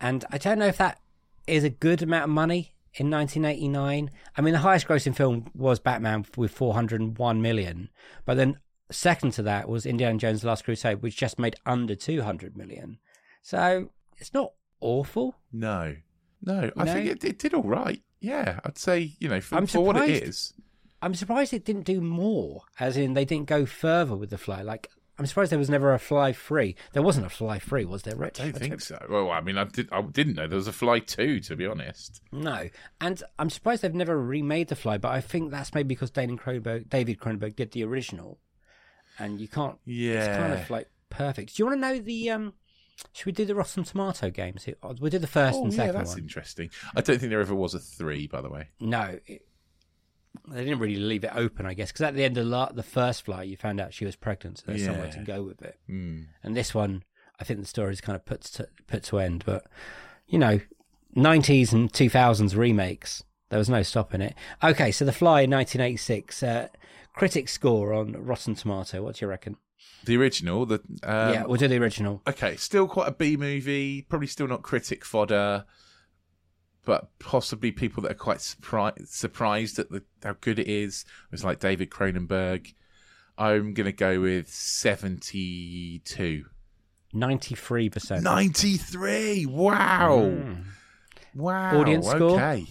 A: and I don't know if that is a good amount of money in 1989. I mean, the highest grossing film was Batman with 401 million, but then second to that was Indiana Jones: The Last Crusade, which just made under 200 million. So it's not awful.
B: No, no. I
A: No?
B: think it, it did all right. Yeah, I'd say you know for,
A: I'm
B: for what it
A: surprised.
B: is.
A: I'm surprised it didn't do more, as in they didn't go further with the fly. Like, I'm surprised there was never a fly free. There wasn't a fly free, was there, Rich?
B: I don't think so. Well, I mean, I did. I didn't know there was a Fly Two. To be honest,
A: No. And I'm surprised they've never remade the fly, but I think that's maybe because David Cronenberg, David Cronenberg did the original. And you can't. It's kind
B: Yeah.
A: of like perfect. Do you want to know the. um Should we do the Rotten Tomato games? We'll do the first
B: oh
A: and
B: yeah,
A: second
B: that's
A: one.
B: interesting. I don't think there ever was a three, by the way.
A: No, it, they didn't really leave it open, I guess, because at the end of la- the first fly, you found out she was pregnant, so there's somewhere
B: Yeah.
A: to go with it.
B: Mm.
A: And this one, I think the story's kind of put to, put to end. But you know, nineties and two thousands remakes, there was no stopping it. Okay, so the Fly, nineteen eighty six, uh, critic score on Rotten Tomato. What do you reckon?
B: The original, the um,
A: yeah, we'll do the original.
B: okay, still quite a B movie, probably still not critic fodder, but possibly people that are quite surprised surprised at the how good it is. It's like David Cronenberg. I'm gonna go with seventy two.
A: Ninety three percent.
B: 93 wow Hmm. wow
A: Audience score?
B: okay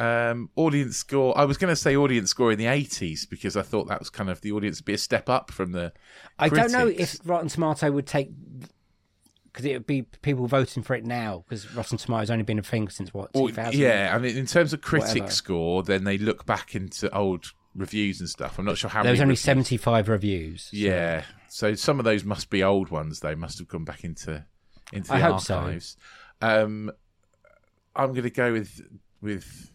B: um audience score i was going to say audience score in the 80s because i thought that was kind of the audience would be a step up from the
A: I don't know
B: critics.
A: if Rotten Tomato would take because it would be people voting for it now because Rotten Tomato's only been a thing since what
B: Well,
A: 2000.
B: yeah, I mean, in terms of critic
A: Whatever.
B: score, then they look back into old reviews and stuff. I'm not sure how
A: there was
B: many
A: only
B: reviews-
A: 75 reviews. so-
B: Yeah, so some of those must be old ones. They must have gone back into into the
A: I hope so.
B: archives. Um, I'm going to go with with.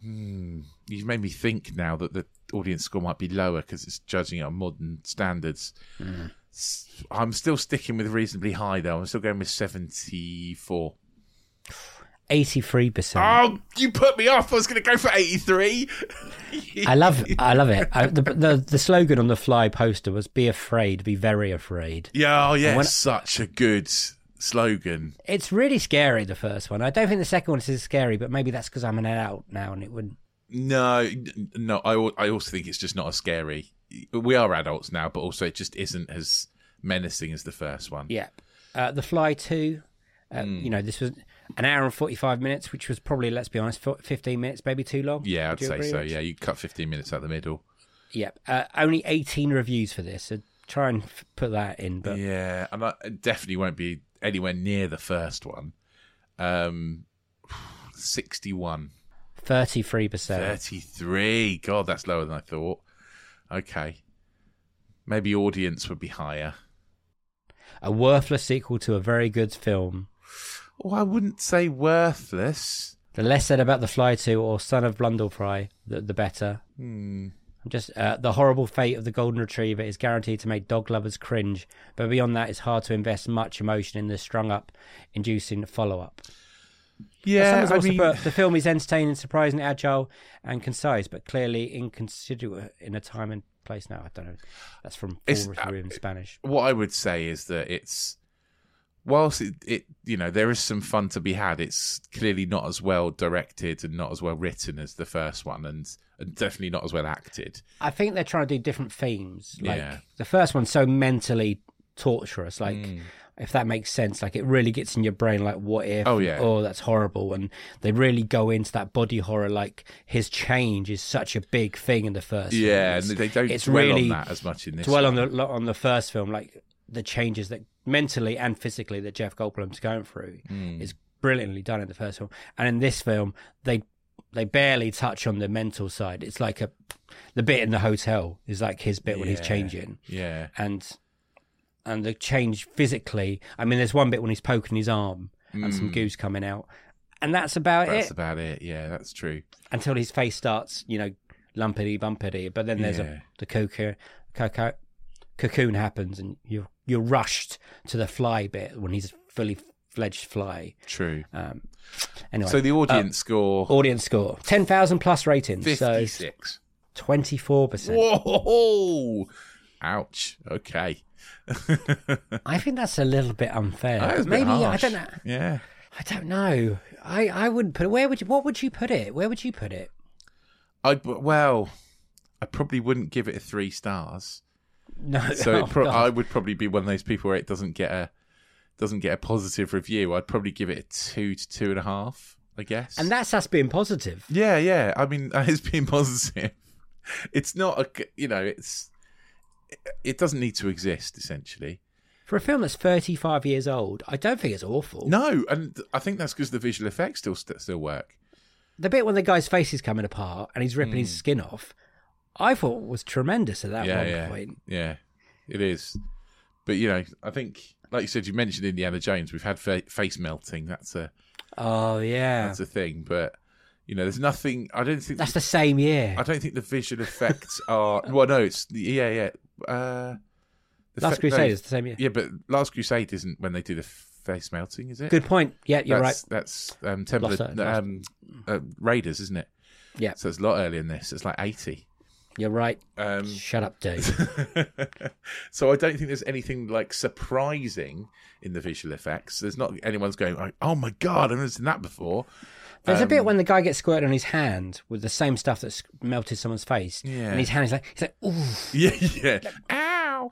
B: Hmm, you've made me think now that the audience score might be lower because it's judging on modern standards.
A: Hmm.
B: S- I'm still sticking with reasonably high though. I'm still going with 74.
A: 83%.
B: Oh, you put me off. I was going to go for 83.
A: I love I love it. I, the, the the slogan on the fly poster was be afraid, be very afraid.
B: Yeah, oh, yeah.
A: When-
B: such a good s- slogan.
A: It's really scary the first one. I don't think the second one is as scary, but maybe that's because I'm an adult now and it would
B: No, n- no. I al- I also think it's just not as scary. We are adults now, but also it just isn't as menacing as the first one.
A: Yeah. Uh, the Fly 2, uh,
B: Hmm.
A: you know, this was an hour and 45 minutes, which was probably, let's be honest, fo- 15 minutes, maybe too long.
B: Yeah, I'd
A: Would you
B: say
A: agree,
B: so.
A: Rich?
B: Yeah, you cut 15 minutes out the middle.
A: Yeah. Uh, only 18 reviews for this. So try and f- put that in. But
B: yeah, and I it definitely won't be anywhere near the first one. Um, 61,
A: 33%.
B: 33. God, that's lower than I thought. Okay. Maybe audience would be higher.
A: A worthless sequel to a very good film.
B: Oh, I wouldn't say worthless.
A: The less said about The Fly 2 or Son of Blundellfry, the, the better. Just uh, the horrible fate of the golden retriever is guaranteed to make dog lovers cringe, but beyond that, it's hard to invest much emotion in the strung-up, inducing follow-up.
B: Yeah,
A: Someone's
B: I
A: also
B: mean,
A: put, the film is entertaining, surprising, agile, and concise, but clearly inconsiderate in a time and place. Now I don't know. That's from
B: It's- uh,
A: full review in Spanish.
B: what I would say is that it's whilst it, it you know there is some fun to be had it's clearly not as well directed and not as well written as the first one and and definitely not as well acted
A: I think they're trying to do different themes. Like
B: Yeah.
A: the first one's so mentally torturous. Like
B: Mm.
A: if that makes sense, like it really gets in your brain. Like what if?
B: Oh, yeah.
A: Oh, that's horrible. And they really go into that body horror. Like his change is such a big thing in the first. film.
B: yeah and
A: It's-
B: they don't
A: it's
B: dwell
A: really
B: on that as much in this
A: dwell on the lo- on the first film, like the changes that mentally and physically that Jeff Goldblum's going through
B: Hmm.
A: is brilliantly done in the first film, and in this film they they barely touch on the mental side. It's like a the bit in the hotel is like his bit when he's
B: Yeah.
A: changing,
B: yeah
A: and and the change physically. I mean, there's one bit when he's poking his arm and some goose coming out, and that's about
B: Hmm. that's
A: it
B: about it yeah that's true
A: until his face starts, you know, lumpity bumpity. But then there's
B: Yeah.
A: a, the cocoon, cocoon, cocoon happens, and you're you're rushed to the fly bit when he's a fully fledged fly.
B: true
A: Um, anyway, uh,
B: so the audience score
A: audience score ten thousand plus ratings, so
B: 56
A: twenty four percent.
B: whoa ouch okay
A: I think that's a little bit unfair.
B: That was a bit
A: Maybe I
B: harsh.
A: don't know.
B: yeah
A: I don't know. I, I wouldn't put it. Where would you? What would you put it? Where would you put it?
B: i well i probably wouldn't give it a three stars
A: No.
B: So
A: oh,
B: it pro-
A: God.
B: I would probably be one of those people where it doesn't get a doesn't get a positive review. I'd probably give it a two to two and a half, I guess.
A: and that's us being positive.
B: yeah, yeah. I mean, it's being positive. It's not a g- you know, it's it doesn't need to exist essentially.
A: For a film that's 35 years old, I don't think it's awful.
B: No, and I think that's because the visual effects still st- still work.
A: the bit when the guy's face is coming apart and he's ripping his skin off, I thought was tremendous at that
B: Hmm. yeah,
A: one
B: yeah,
A: point.
B: yeah. It is, but you know, I think like you said, you mentioned Indiana Jones. We've had fa- face melting. That's a
A: Oh yeah,
B: that's
A: that's,
B: a thing, but. You know, there's nothing. I don't think
A: the same year.
B: I don't think the visual effects are. Well, no, it's yeah, yeah. Uh, the
A: Last
B: fe-
A: Crusade
B: no,
A: is the same year.
B: Yeah, but Last Crusade isn't when they do the face melting, is it?
A: Good point. Yeah, you're
B: that's, That's um, Temple
A: Lost
B: of-
A: Ark,
B: no,
A: Lost-
B: um, uh, Raiders, isn't it?
A: right. Yeah,
B: So it's a lot earlier than this. It's like eighty.
A: you're right.
B: Um,
A: Shut up, dude.
B: so I don't think there's anything like surprising in the visual effects. There's not anyone's going, like, "Oh my god, I've never seen that before."
A: There's a
B: um,
A: bit when the guy gets squirted on his hand with the same stuff that's melted someone's face,
B: Yeah.
A: and his hand is like, he's like, ooh,
B: Yeah, yeah. Ow.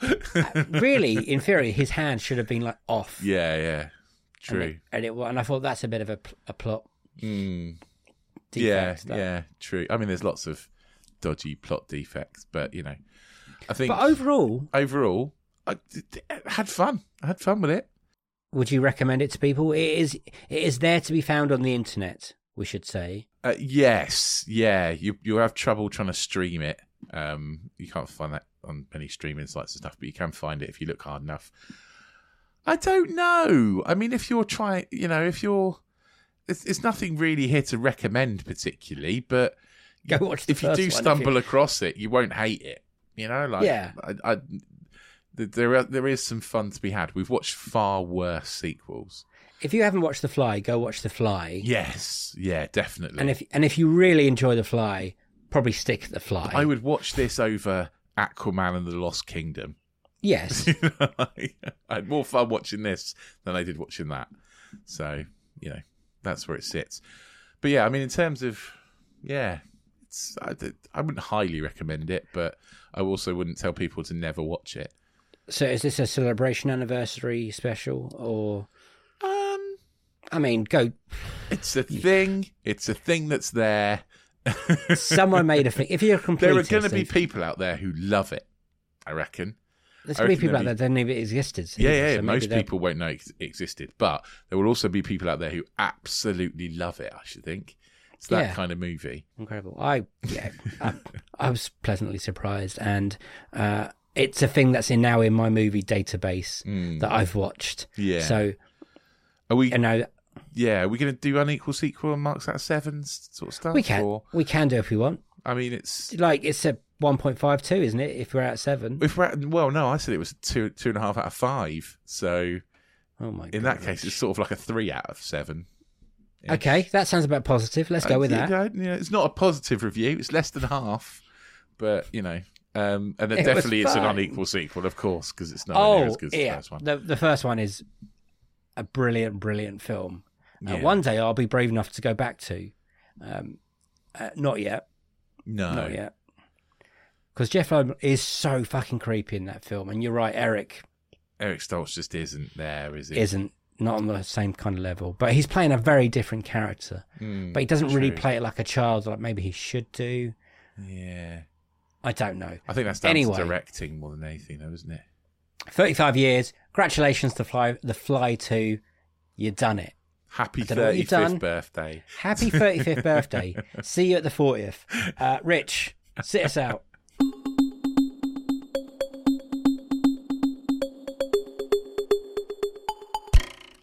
A: really? In theory, his hand should have been like off.
B: yeah, yeah. True. Hmm.
A: And it, and I thought that's a bit of a, pl- a plot. defect,
B: yeah,
A: that.
B: yeah, true. I mean, there's lots of dodgy plot defects, but you know, I think
A: But overall,
B: overall, I d- d- had fun. I had fun with it.
A: would you recommend it to people? It is it is there to be found on the internet. We should say.
B: Uh, yes, yeah. You you have trouble trying to stream it. Um, you can't find that on many streaming sites and stuff, but you can find it if you look hard enough. I don't know. I mean, if you're trying, you know, if you're, it's, it's nothing really here to recommend particularly, but
A: Go watch the
B: if you
A: first
B: do
A: one
B: stumble across it, you won't hate it. You know, like
A: Yeah.
B: I, I, th- there are, there is some fun to be had. We've watched far worse sequels.
A: If you haven't watched The Fly, go watch The Fly.
B: Yes, yeah, definitely.
A: And if and if you really enjoy The Fly, probably stick at The Fly.
B: I would watch this over Aquaman and the Lost Kingdom.
A: Yes.
B: I had more fun watching this than I did watching that. So, you know, that's where it sits. But yeah, I mean, in terms of, yeah, it's I, d- I wouldn't highly recommend it, but I also wouldn't tell people to never watch it.
A: so is this a celebration anniversary special or?
B: Um,
A: I mean, go.
B: it's a thing. It's a thing that's there.
A: Someone made a thing. If you're a
B: There are
A: completist,
B: going to be
A: then-
B: people out there who love it. I reckon.
A: There's
B: I
A: going to be
B: reckon
A: people out there
B: there'll
A: that don't even existed.
B: Yeah, yeah.
A: so maybe
B: most
A: they're-
B: people won't know it existed, but there will also be people out there who absolutely love it. I should think. It's that
A: Yeah.
B: kind of movie.
A: Incredible. I yeah, I, I was pleasantly surprised, and uh, it's a thing that's in now in my movie database that I've watched.
B: Mm. Yeah.
A: So
B: Are we?
A: you know
B: yeah, are we going to do unequal sequel and marks out seven s- sort of stuff?
A: we can
B: Or,
A: we can do if we want.
B: I mean, it's
A: Like it's a one point five two, isn't it? If we're at seven.
B: if we're at, well, no, I said it was two two and a half out of five. So
A: Oh my.
B: in that case, it's sort of like a three out of seven.
A: okay, that sounds about positive. Let's go with that.
B: Uh, Yeah, yeah, it's not a positive review. It's less than half, but you know, um, and
A: It was
B: definitely it's an
A: fine.
B: unequal sequel, of course, because it's not near
A: oh
B: as good as
A: yeah,
B: the first one.
A: the the first one is a brilliant, brilliant film. Uh,
B: Yeah.
A: one day I'll be brave enough to go back to. Um, uh, not yet.
B: No,
A: Not yet. Because Jeff Loeb is so fucking creepy in that film, and you're right, Eric
B: Eric Stoltz just isn't there, is he?
A: isn't not on the same kind of level, but he's playing a very different character.
B: Mm,
A: but he doesn't really
B: true.
A: play it like a child, like maybe he should do.
B: Yeah,
A: I don't know.
B: I think that's down
A: Anyway.
B: to directing more than anything, though, isn't it?
A: Thirty-five years. Congratulations to Fly, the Fly Two. You done it.
B: Happy
A: I don't know what you've done.
B: thirty-fifth birthday.
A: Happy thirty-fifth birthday. See you at the fortieth. Uh, Rich, sit us out.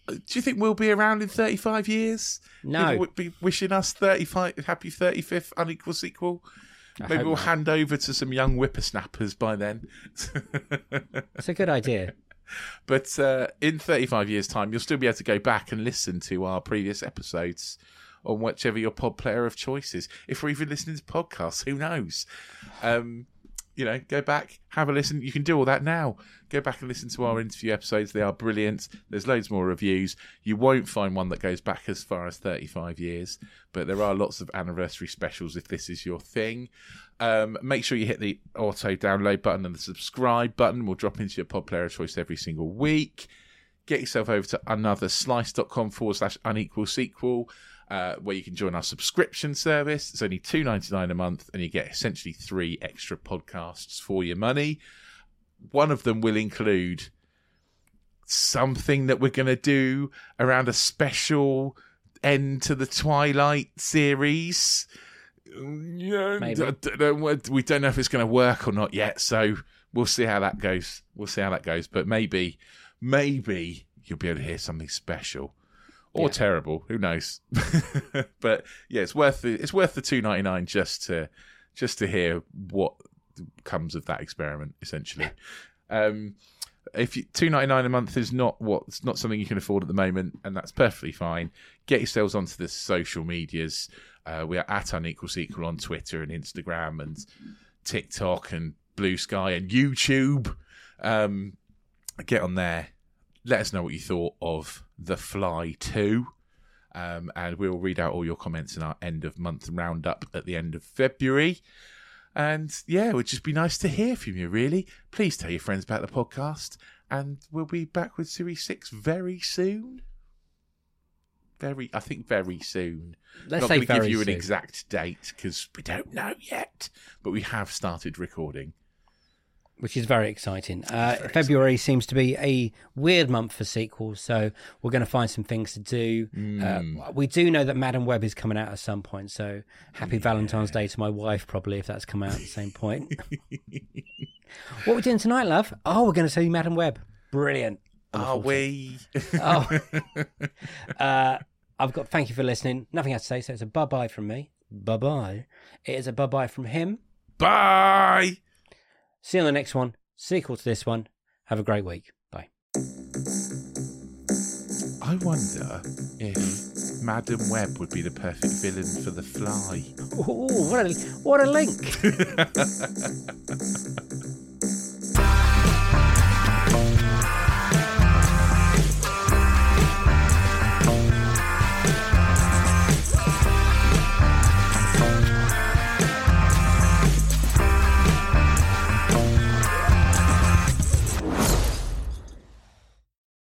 B: Uh, Do you think we'll be around in thirty-five years?
A: No.
B: People would be wishing us thirty-five happy thirty-fifth unequal sequel. Maybe
A: hope
B: we'll
A: not.
B: hand over to some young whippersnappers by then.
A: It's a good idea.
B: But uh, in 35 years' time, you'll still be able to go back and listen to our previous episodes on whichever your pod player of choice is. If we're even listening to podcasts, who knows? Um, you know, go back, have a listen. You can do all that now. Go back and listen to our interview episodes. They are brilliant. There's loads more reviews. You won't find one that goes back as far as 35 years, but there are lots of anniversary specials if this is your thing. Um, make sure you hit the auto download button and the subscribe button. We'll drop into your pod player of choice every single week get yourself over to anotherslice.com forward slash unequal sequel uh, where you can join our subscription service it's only $2.99 a month and you get essentially three extra podcasts for your money one of them will include something that we're going to do around a special end to the twilight series yeah,
A: Maybe.
B: I don't know- we don't know if it's going to work or not yet so we'll see how that goes we'll see how that goes but maybe maybe you'll be able to hear something special or terrible. Who knows? but yeah, it's worth the, it's worth the two ninety nine just to just to hear what comes of that experiment. Essentially, um, if you, two ninety nine a month is not what it's not something you can afford at the moment, and that's perfectly fine. Get yourselves onto the social medias. Uh, we are at unequal sequel on Twitter and Instagram and TikTok and Blue Sky and YouTube. Um, get on there. Let us know what you thought of The Fly 2. Um, and we'll read out all your comments in our end of month roundup at the end of February. And yeah, it would just be nice to hear from you, really. Please tell your friends about the podcast. And we'll be back with Series 6 very soon. Very, I think very soon.
A: Let's
B: Not
A: say
B: gonna give
A: very
B: you an
A: soon.
B: exact date because we don't know yet, but we have started recording.
A: which is very exciting. Uh, February seems to be a weird month for sequels, so we're going to find some things to do. Uh, we do know that Madam Web is coming out at some point, so happy Valentine's Day to my wife, probably, if that's come out at the same point. what are we doing tonight, love? Oh, we're going to see Madam Web. Brilliant.
B: Are we?
A: Oh, uh, I've got thank you for listening. Nothing else to say, so it's a bye bye from me. bye bye. It is a bye bye from him.
B: Bye.
A: See you on the next one. Sequel to this one. Have a great week. Bye.
B: I wonder if Madam Web would be the perfect villain for The Fly.
A: Ooh, what a what a link.